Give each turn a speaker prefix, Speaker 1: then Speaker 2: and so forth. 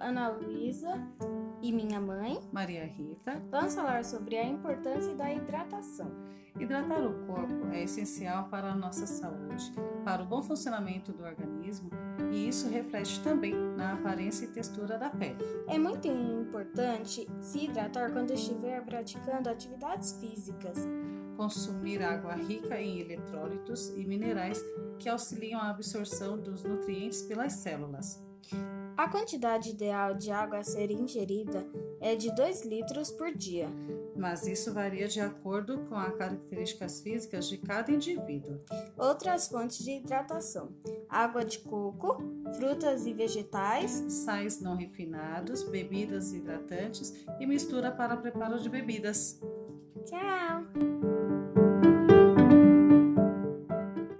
Speaker 1: Ana Luísa e minha mãe
Speaker 2: Maria Rita,
Speaker 1: vamos falar sobre a importância da hidratação.
Speaker 2: hidratar o corpo é essencial para a nossa saúde, para o bom funcionamento do organismo e isso reflete também na aparência e textura da pele.
Speaker 1: É muito importante se hidratar quando estiver praticando atividades físicas.
Speaker 2: Consumir água rica em eletrólitos e minerais que auxiliam a absorção dos nutrientes pelas células.
Speaker 1: A quantidade ideal de água a ser ingerida é de 2 litros por dia.
Speaker 2: Mas isso varia de acordo com as características físicas de cada indivíduo.
Speaker 1: Outras fontes de hidratação: água de coco, frutas e vegetais,
Speaker 2: Sais não refinados,
Speaker 1: é
Speaker 2: bebidas hidratantes e mistura para preparo de bebidas.
Speaker 1: Tchau!